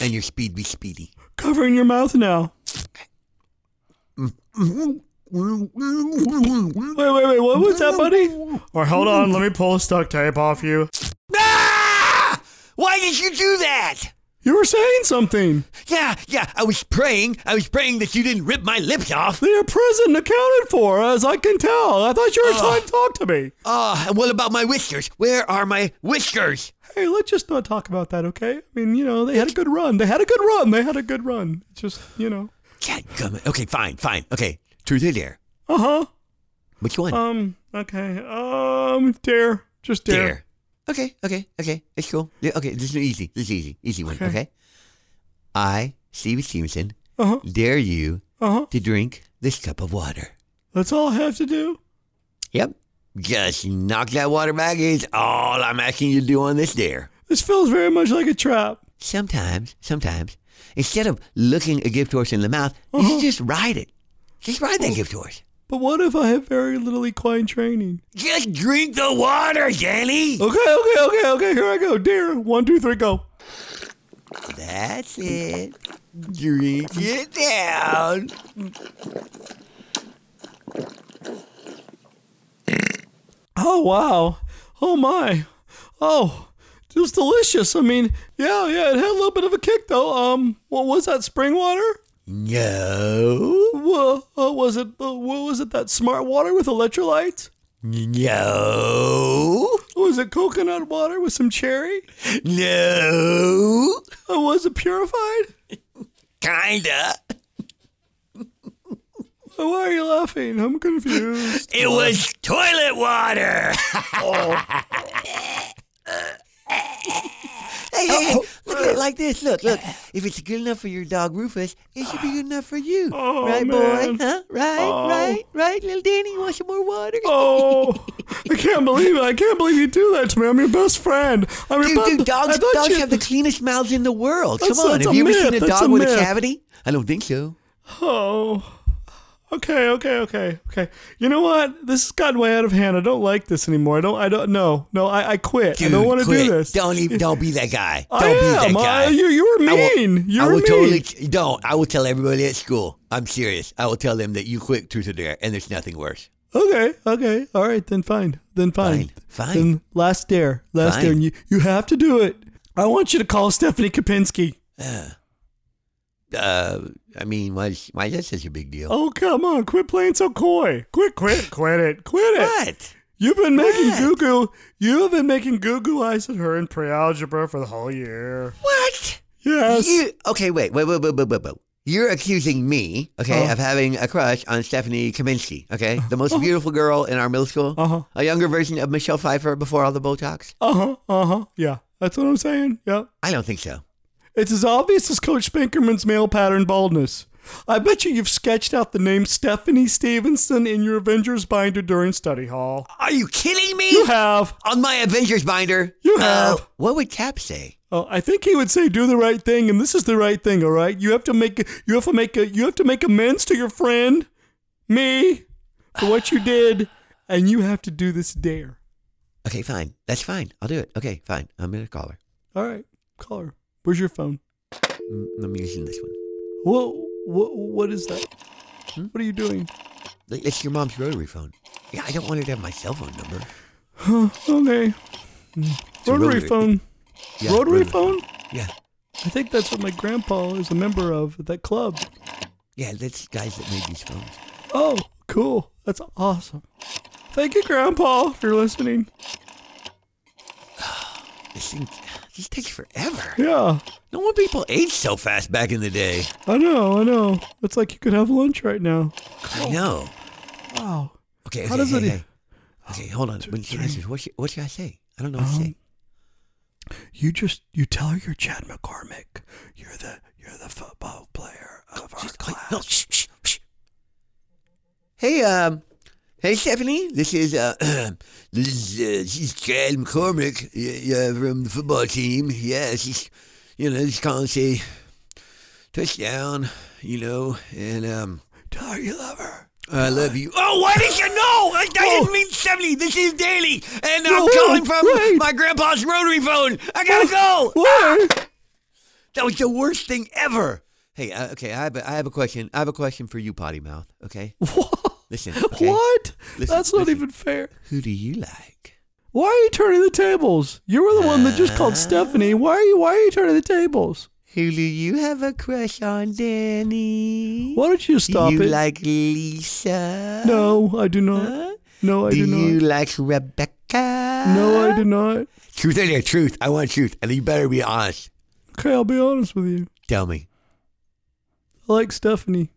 Speaker 6: and your speed be speedy.
Speaker 3: Covering your mouth now. Mm-hmm. Wait, wait, wait. What was that, Oh, buddy? Or hold on. Let me pull this duct tape off you.
Speaker 6: Ah! Why did you do that?
Speaker 3: You were saying something.
Speaker 6: Yeah, yeah. I was praying. I was praying that you didn't rip my lips off.
Speaker 3: Your prison accounted for, as I can tell. I thought you were trying to talk to me.
Speaker 6: Ah, and what about my whiskers? Where are my whiskers?
Speaker 3: Hey, let's just not talk about that, okay? I mean, you know, they had a good run. They had a good run. They had a good run. It's just, you know.
Speaker 6: God, damn it. Okay, fine, fine. Okay, truth or dare?
Speaker 3: Uh huh.
Speaker 6: Which one?
Speaker 3: Um. Okay. Um. Dare. Just dare.
Speaker 6: dare. Okay, okay, okay. It's cool. Yeah, okay, this is easy. This is easy. Easy one. Okay. I, Stevie Stevenson,
Speaker 3: Uh huh.
Speaker 6: dare you
Speaker 3: Uh huh.
Speaker 6: to drink this cup of water.
Speaker 3: That's all I have to do.
Speaker 6: Yep. Just knock that water back is all I'm asking you to do on this dare.
Speaker 3: This feels very much like a trap.
Speaker 6: Sometimes, sometimes, instead of looking a gift horse in the mouth, you should just ride it. Just ride that gift horse.
Speaker 3: But what if I have very little equine training?
Speaker 6: Just drink the water, Danny.
Speaker 3: Okay, okay, okay, okay. Here I go. Dare. One, two, three, go.
Speaker 6: That's it. Drink it down.
Speaker 3: Oh wow. Oh my. Oh, it was delicious. I mean, yeah, yeah. It had a little bit of a kick though. Um, what was that? Spring water?
Speaker 6: No.
Speaker 3: Wha uh, was it? Uh, what was it? That smart water with electrolytes?
Speaker 6: No.
Speaker 3: Or was it coconut water with some cherry?
Speaker 6: No.
Speaker 3: Or was it purified?
Speaker 6: Kinda.
Speaker 3: Oh, why are you laughing? I'm confused.
Speaker 6: It was toilet water. hey, hey, hey. Let look at it like this. Look, look. If it's good enough for your dog Rufus, it should be good enough for you. right, boy? Huh? Right, right, right. Little Danny, you want some more water?
Speaker 3: Oh, I can't believe it. I can't believe you do that to me. I'm your best friend. I'm your
Speaker 6: Dude,
Speaker 3: best-
Speaker 6: dude,
Speaker 3: I
Speaker 6: dogs,
Speaker 3: thought
Speaker 6: dogs
Speaker 3: you-
Speaker 6: have the cleanest mouths in the world.
Speaker 3: That's-
Speaker 6: Come on,
Speaker 3: that's
Speaker 6: have
Speaker 3: a
Speaker 6: you ever
Speaker 3: myth.
Speaker 6: seen a
Speaker 3: That's
Speaker 6: dog
Speaker 3: a
Speaker 6: with
Speaker 3: myth.
Speaker 6: a cavity? I don't think so.
Speaker 3: Oh. Okay, okay, okay, okay. You know what? This has gotten way out of hand. I don't like this anymore. I don't. I don't. No, no. I, I quit.
Speaker 6: Dude,
Speaker 3: I don't want to
Speaker 6: quit.
Speaker 3: do this.
Speaker 6: Don't even, don't be that guy. Don't
Speaker 3: I
Speaker 6: be that
Speaker 3: am.
Speaker 6: guy.
Speaker 3: I, you, you were
Speaker 6: I will-
Speaker 3: mean. you
Speaker 6: I
Speaker 3: were
Speaker 6: will
Speaker 3: mean.
Speaker 6: totally don't. I will tell everybody at school. I'm serious. I will tell them that you quit truth or dare, and there's nothing worse.
Speaker 3: Okay, okay, all right, then fine, then fine,
Speaker 6: Fine, fine.
Speaker 3: Then last dare, last
Speaker 6: Fine.
Speaker 3: dare, and you you have to do it. I want you to call Stephanie Kapinski.
Speaker 6: Uh, I mean, why is, why is that such a big deal?
Speaker 3: Oh come on, quit playing so coy. Quit, quit, quit it, quit it.
Speaker 6: What?
Speaker 3: You've been making
Speaker 6: What?
Speaker 3: goo goo. You have been making goo goo eyes at her in pre-algebra for the whole year.
Speaker 6: What?
Speaker 3: Yes.
Speaker 6: You, okay, wait, wait, wait, wait, wait, wait, wait. You're accusing me, okay,
Speaker 3: Huh?
Speaker 6: of having a crush on Stephanie Kaminsky, okay, the most beautiful girl in our middle school,
Speaker 3: Uh-huh.
Speaker 6: a younger version of Michelle Pfeiffer before all the Botox.
Speaker 3: Uh huh. Uh huh. Yeah, that's what I'm saying. Yep.
Speaker 6: I don't think so.
Speaker 3: It's as obvious as Coach Pinkerman's male pattern baldness. I bet you you've sketched out the name Stephanie Stevenson in your Avengers binder during study hall.
Speaker 6: Are you kidding me?
Speaker 3: You have.
Speaker 6: on my Avengers binder.
Speaker 3: You
Speaker 6: Uh,
Speaker 3: have.
Speaker 6: what would Cap say?
Speaker 3: Oh, I think he would say do the right thing, and this is the right thing. All right, you have to make you have to make a you have to make amends to your friend, me, for what you did, and you have to do this dare.
Speaker 6: Okay, fine. That's fine. I'll do it. Okay, fine. I'm gonna call her.
Speaker 3: All right, call her. Where's your phone?
Speaker 6: Mm, I'm using this one.
Speaker 3: What what what is that?
Speaker 6: Hmm?
Speaker 3: What are you doing?
Speaker 6: Th- It's your mom's rotary phone. Yeah, I don't want her to have my cell phone number.
Speaker 3: Okay,
Speaker 6: a
Speaker 3: rotary,
Speaker 6: rotary.
Speaker 3: phone.
Speaker 6: Yeah,
Speaker 3: rotary phone.
Speaker 6: Yeah,
Speaker 3: I think that's what my grandpa is a member of that club.
Speaker 6: yeah. That's guys that made these phones.
Speaker 3: Oh, cool. That's awesome. Thank you, Grandpa, if you're listening.
Speaker 6: This thing, this takes forever.
Speaker 3: Yeah.
Speaker 6: No one people aged so fast back in the day.
Speaker 3: I know, I know. It's like you could have lunch right now.
Speaker 6: I know.
Speaker 3: Wow.
Speaker 6: Okay.
Speaker 3: How
Speaker 6: okay,
Speaker 3: Oh. does
Speaker 6: hey,
Speaker 3: it e-
Speaker 6: Hey. Okay, hold on. When she answers, what should, what should I say? I don't know what to
Speaker 3: Um,
Speaker 6: say.
Speaker 3: You just you tell her you're Chad McCormick. You're the you're the football player of our
Speaker 6: Wait,
Speaker 3: class.
Speaker 6: no, shh, shh, shh. Hey, um, hey, Stephanie. This is uh, this is, uh, she's Chad McCormick. Yeah, yeah, from the football team. Yeah, she's, you know, she's calling to say touchdown. You know, and um,
Speaker 3: Tell her you love her.
Speaker 6: I love you. Oh, why did you know? I, I didn't mean Stephanie. This is Daily, and I'm
Speaker 3: No,
Speaker 6: calling from
Speaker 3: wait.
Speaker 6: my grandpa's rotary phone. I gotta go.
Speaker 3: What?
Speaker 6: That was the worst thing ever. Hey, uh, okay, I have a, I have a question. I have a question for you, Potty Mouth. Okay, listen. okay?
Speaker 3: What?
Speaker 6: Listen,
Speaker 3: That's not
Speaker 6: listen.
Speaker 3: even fair.
Speaker 6: Who do you like?
Speaker 3: Why are you turning the tables? You were the one that just called Stephanie. Why are you why are you turning the tables?
Speaker 6: Who do you have a crush on, Danny?
Speaker 3: Why don't you stop
Speaker 6: you
Speaker 3: it?
Speaker 6: like Lisa?
Speaker 3: no, I do not.
Speaker 6: Huh?
Speaker 3: No, I
Speaker 6: do
Speaker 3: do,
Speaker 6: you
Speaker 3: not.
Speaker 6: like Rebecca?
Speaker 3: no, I do not.
Speaker 6: Truth or dare? Truth. I want truth, and you better be honest.
Speaker 3: Okay, I'll be honest with you.
Speaker 6: Tell me.
Speaker 3: I like Stephanie.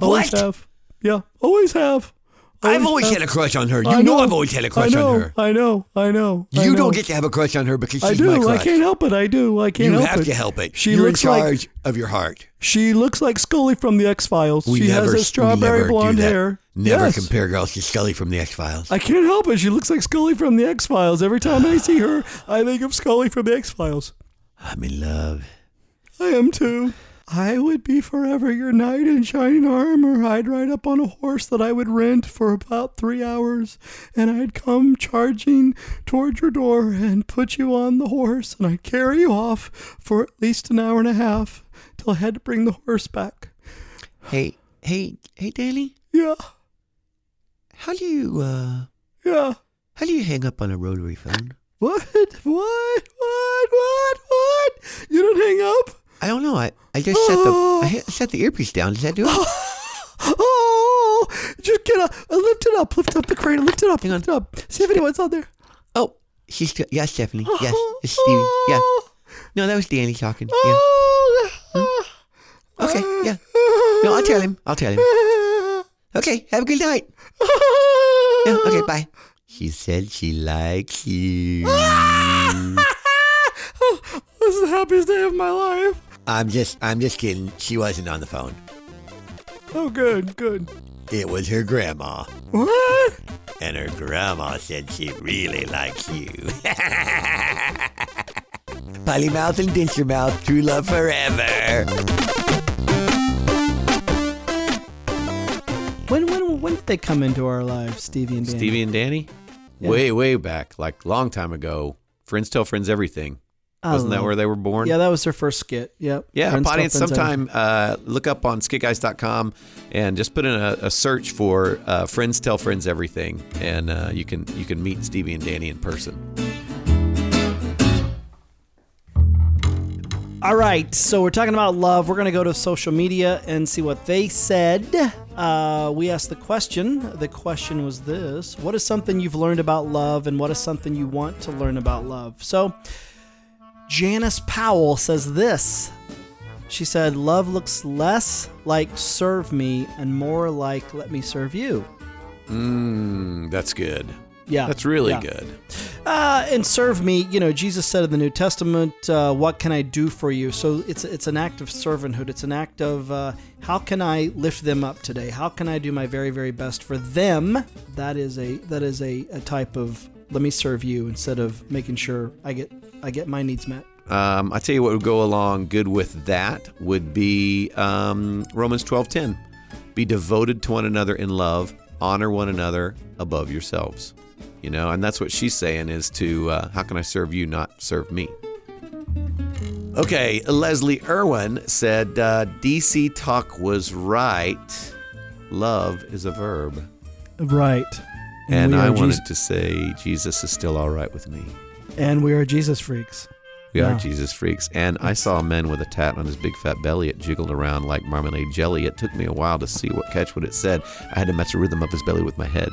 Speaker 3: Always
Speaker 6: What?
Speaker 3: have. Yeah, always have.
Speaker 6: I've always
Speaker 3: have.
Speaker 6: had a crush on her. You
Speaker 3: I
Speaker 6: know, I've always had a crush
Speaker 3: I know,
Speaker 6: on her.
Speaker 3: I know. I know. I
Speaker 6: You
Speaker 3: know.
Speaker 6: don't get to have a crush on her because she's
Speaker 3: I
Speaker 6: my
Speaker 3: do. I
Speaker 6: crush.
Speaker 3: can't help it. I do. I can't
Speaker 6: you
Speaker 3: help
Speaker 6: have
Speaker 3: it.
Speaker 6: to help it.
Speaker 3: She
Speaker 6: You're in
Speaker 3: looks like-
Speaker 6: charge of your heart.
Speaker 3: She looks like Scully from the X Files.
Speaker 6: We
Speaker 3: She
Speaker 6: never,
Speaker 3: has
Speaker 6: we
Speaker 3: a strawberry
Speaker 6: never do
Speaker 3: blonde
Speaker 6: that.
Speaker 3: hair.
Speaker 6: Never
Speaker 3: Yes.
Speaker 6: compare girls to Scully from the X Files.
Speaker 3: I can't help it. She looks like Scully from the X Files. Every time I see her, I think of Scully from the X Files.
Speaker 6: I'm in love.
Speaker 3: I am too. I would be forever your knight in shining armor. I'd ride up on a horse that I would rent for about three hours, and I'd come charging toward your door and put you on the horse, and I'd carry you off for at least an hour and a half till I had to bring the horse back.
Speaker 6: Hey, hey, hey, Danny.
Speaker 3: Yeah,
Speaker 6: How do you uh,
Speaker 3: yeah.
Speaker 6: how do you hang up on a rotary phone?
Speaker 3: What? What? What? What? What? You don't hang up?
Speaker 6: I don't know. I, I just set the I hit- set the earpiece down. Does that do it?
Speaker 3: Oh, just get up. Lift it up. Lift up the crane. Lift it up. Lift it up. See if anyone's on there.
Speaker 6: Oh, she's still, yeah, Stephanie. Yes, it's Stevie. Yeah.
Speaker 3: Oh,
Speaker 6: No, that was Danny talking. Yeah. Oh. Hmm? Okay. Yeah. No, I'll tell him. I'll tell him. Okay. Have a good night. Yeah, okay. Bye. She said she likes you.
Speaker 3: What's happiest day of my life.
Speaker 6: I'm just I'm just kidding. She wasn't on the phone.
Speaker 3: Oh, good, good.
Speaker 6: It was her grandma.
Speaker 3: What?
Speaker 6: And her grandma said she really likes you. Polymouth and Dinstermouth, true love forever.
Speaker 3: When when when did they come into our lives, Stevie and Danny?
Speaker 2: Stevie and Danny? Way, way back, like long time ago. Friends tell friends everything.
Speaker 3: I
Speaker 2: Wasn't that
Speaker 3: love-
Speaker 2: where they were born?
Speaker 3: Yeah, that was their first skit. Yep.
Speaker 2: Yeah,
Speaker 3: Friends Tell
Speaker 2: audience,
Speaker 3: Friends
Speaker 2: sometime uh, look up on skitguys.com and just put in a, a search for uh, "Friends Tell Friends Everything," and uh, you can you can meet Stevie and Danny in person.
Speaker 3: All right, so we're talking about love. We're going to go to social media and see what they said. Uh, we asked the question. The question was this What is something you've learned about love, and what is something you want to learn about love? So, Janice Powell says this She said, Love looks less like serve me and more like let me serve you.
Speaker 2: Mm, that's good.
Speaker 3: Yeah.
Speaker 2: That's really
Speaker 3: yeah.
Speaker 2: good.
Speaker 3: uh, and serve me. You know, Jesus said in the New Testament, uh, "What can I do for you?" So it's it's an act of servanthood. It's an act of uh, how can I lift them up today? How can I do my very very best for them? That is a that is a, a type of let me serve you instead of making sure I get I get my needs met.
Speaker 2: Um, I tell you what would go along good with that would be um, Romans twelve ten. Be devoted to one another in love. Honor one another above yourselves. You know, and that's what she's saying is to uh, how can I serve you, not serve me. Okay, Leslie Irwin said uh, DC Talk was right. Love is a verb,
Speaker 3: Right.
Speaker 2: and, I wanted to say Jesus is still all right with me.
Speaker 3: and we are Jesus freaks.
Speaker 2: We are
Speaker 3: Yeah.
Speaker 2: Jesus freaks. And I saw a man with a tat on his big fat belly. It jiggled around like marmalade jelly. It took me a while to see what catch what it said. I had to match the rhythm of his belly with my head.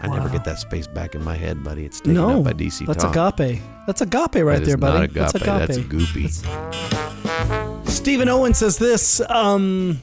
Speaker 2: I never
Speaker 3: Wow.
Speaker 2: get that space back in my head, buddy. It's taken
Speaker 3: No,
Speaker 2: up by DC
Speaker 3: that's
Speaker 2: Talk.
Speaker 3: agape. That's agape right
Speaker 2: That is
Speaker 3: there, buddy.
Speaker 2: Not
Speaker 3: That's
Speaker 2: agape.
Speaker 3: agape.
Speaker 2: That's goopy.
Speaker 3: Stephen Owen says this um,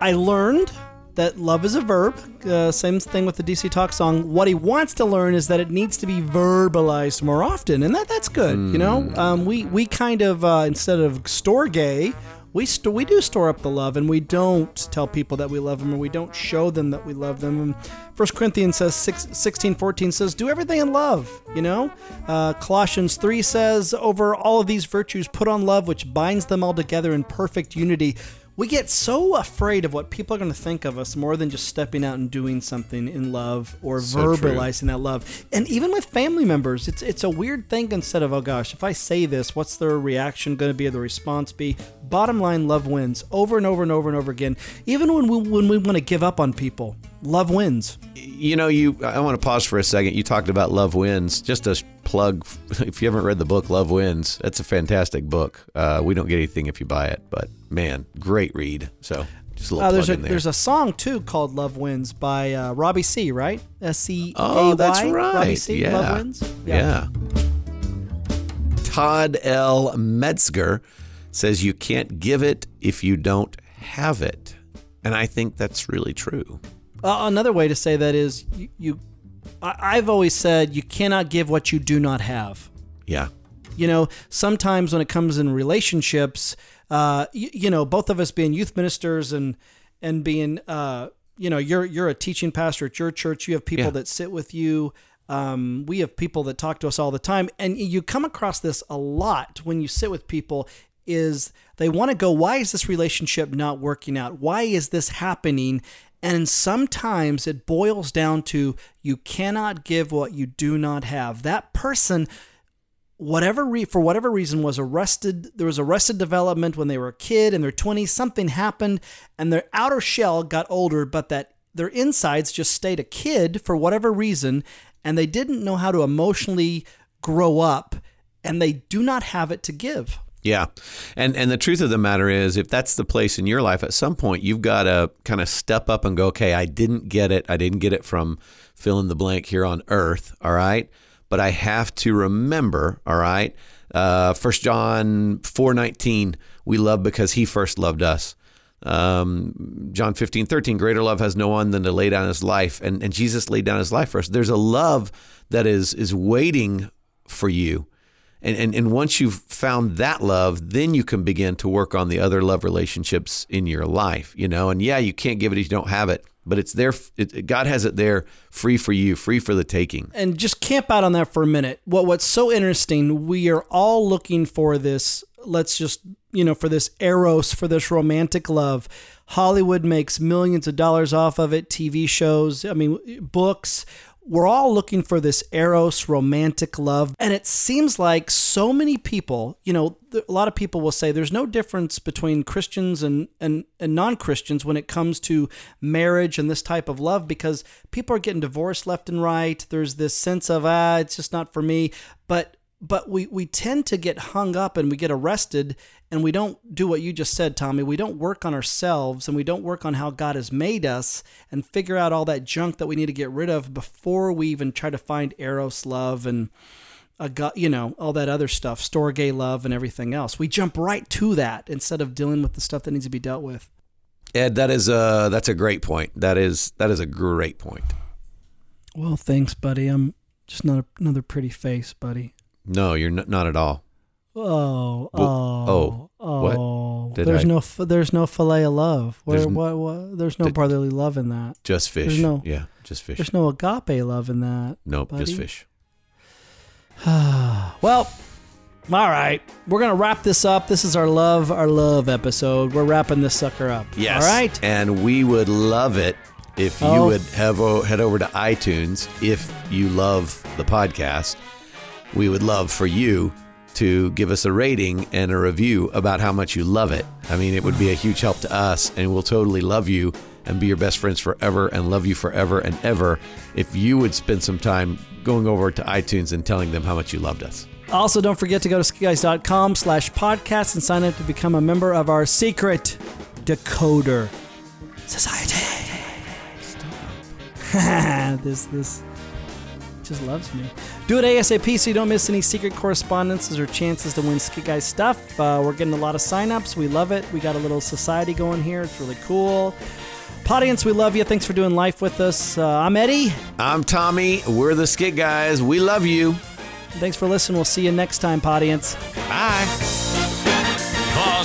Speaker 3: I learned that love is a verb. Uh, same thing with the DC Talk song. What he wants to learn is that it needs to be verbalized more often, and that that's good. You know, um, we we kind of uh, instead of store gay. We, st- we do store up the love and we don't tell people that we love them or we don't show them that we love them. And 1 Corinthians says 6, 16, 14 says, do everything in love, you know? Uh, Colossians 3 says, over all of these virtues, put on love, which binds them all together in perfect unity. We get so afraid of what people are going to think of us more than just stepping out and doing something in love or
Speaker 2: true.
Speaker 3: verbalizing that love. And even with family members, it's it's a weird thing instead of, oh gosh, if I say this, what's their reaction going to be or the response be? Bottom line, love wins over and over and over and over again. Even when we, when we want to give up on people, love wins.
Speaker 2: you know, you. I want to pause for a second. You talked about Love Wins. Just a plug. If you haven't read the book Love Wins, that's a fantastic book. Uh, we don't get anything if you buy it, but man, great read. So just a little
Speaker 3: Uh,
Speaker 2: plug
Speaker 3: there's a
Speaker 2: in there.
Speaker 3: there's a song too called "Love Wins" by uh, Robbie C. Right? S C A Y.
Speaker 2: Oh, that's right.
Speaker 3: Robbie C.
Speaker 2: Yeah.
Speaker 3: Love Wins.
Speaker 2: Yeah. Todd L. Metzger says you can't give it if you don't have it. And I think that's really true.
Speaker 3: Uh, another way to say that is you. you I, I've always said you cannot give what you do not have.
Speaker 2: Yeah.
Speaker 3: You know, sometimes when it comes in relationships, uh, you, you know, both of us being youth ministers and and being, uh, you know, you're you're a teaching pastor at your church. You have people
Speaker 2: Yeah.
Speaker 3: that sit with you. Um, we have people that talk to us all the time, and you come across this a lot when you sit with people. Is they want to go? Why is this relationship not working out? Why is this happening? And sometimes it boils down to you cannot give what you do not have. That person whatever re- for whatever reason was arrested there was arrested development when they were a kid in their 20s something happened and their outer shell got older but that their insides just stayed a kid for whatever reason and they didn't know how to emotionally grow up and they do not have it to give
Speaker 2: Yeah. And and the truth of the matter is if that's the place in your life at some point you've got to kind of step up and go okay, I didn't get it. I didn't get it from fill in the blank here on earth, all right? But I have to remember, all right? Uh 1 John 4:19, we love because he first loved us. Um, John 15, 13, greater love has no one than to lay down his life. And, and Jesus laid down his life for us. There's a love that is, is waiting for you And, and and once you've found that love, then you can begin to work on the other love relationships in your life, you know. And yeah, you can't give it if you don't have it, but it's there. It, God has it there, free for you, free for the taking.
Speaker 3: and just camp out on that for a minute. What what's so interesting, we are all looking for this, let's just, you know, for this eros, for this romantic love. Hollywood makes millions of dollars off of it, TV shows, I mean, books. We're all looking for this eros romantic love. And it seems like so many people, you know, th- a lot of people will say there's no difference between Christians and, and, and non Christians when it comes to marriage and this type of love because people are getting divorced left and right. There's this sense of, ah, it's just not for me. But but we, we tend to get hung up and we get arrested and we don't do what you just said tommy we don't work on ourselves and we don't work on how god has made us and figure out all that junk that we need to get rid of before we even try to find eros love and a go- you know all that other stuff store gay love and everything else we jump right to that instead of dealing with the stuff that needs to be dealt with
Speaker 2: Ed, that is a that's a great point. That is that is a great point.
Speaker 3: well thanks buddy i'm just not another pretty face buddy
Speaker 2: No, you're n- not at all.
Speaker 3: Oh,
Speaker 2: Well,
Speaker 3: oh,
Speaker 2: oh, what?
Speaker 3: oh.
Speaker 2: Did
Speaker 3: there's
Speaker 2: I-
Speaker 3: no f- there's no fillet of love. Where,
Speaker 2: There's
Speaker 3: there's,
Speaker 2: n-
Speaker 3: what, what, there's no
Speaker 2: Did-
Speaker 3: brotherly love in that.
Speaker 2: Just fish.
Speaker 3: There's no-
Speaker 2: yeah, just fish.
Speaker 3: There's no agape love in that.
Speaker 2: nope,
Speaker 3: buddy.
Speaker 2: just fish.
Speaker 3: Well, all right. We're going to wrap this up. This is our love, our love episode. We're wrapping this sucker up.
Speaker 2: Yes.
Speaker 3: All right.
Speaker 2: And we would love it if you
Speaker 3: Oh.
Speaker 2: would have o- head over to iTunes if you love the podcast. We would love for you to give us a rating and a review about how much you love it. I mean, it would be a huge help to us, and we'll totally love you and be your best friends forever and love you forever and ever if you would spend some time going over to iTunes and telling them how much you loved us.
Speaker 3: Also, don't forget to go to skiguys.com slash podcast and sign up to become a member of our secret decoder society. this, this just loves me. Do it ASAP so you don't miss any secret correspondences or chances to win Skit Guys stuff. Uh, we're getting a lot of signups. We love it. We got a little society going here. It's really cool. Podience, we love you. Thanks for doing life with us. Uh, I'm Eddie.
Speaker 2: I'm Tommy. We're the Skit Guys. We love you.
Speaker 3: Thanks for listening. We'll see you next time, Podience.
Speaker 2: Bye.
Speaker 1: The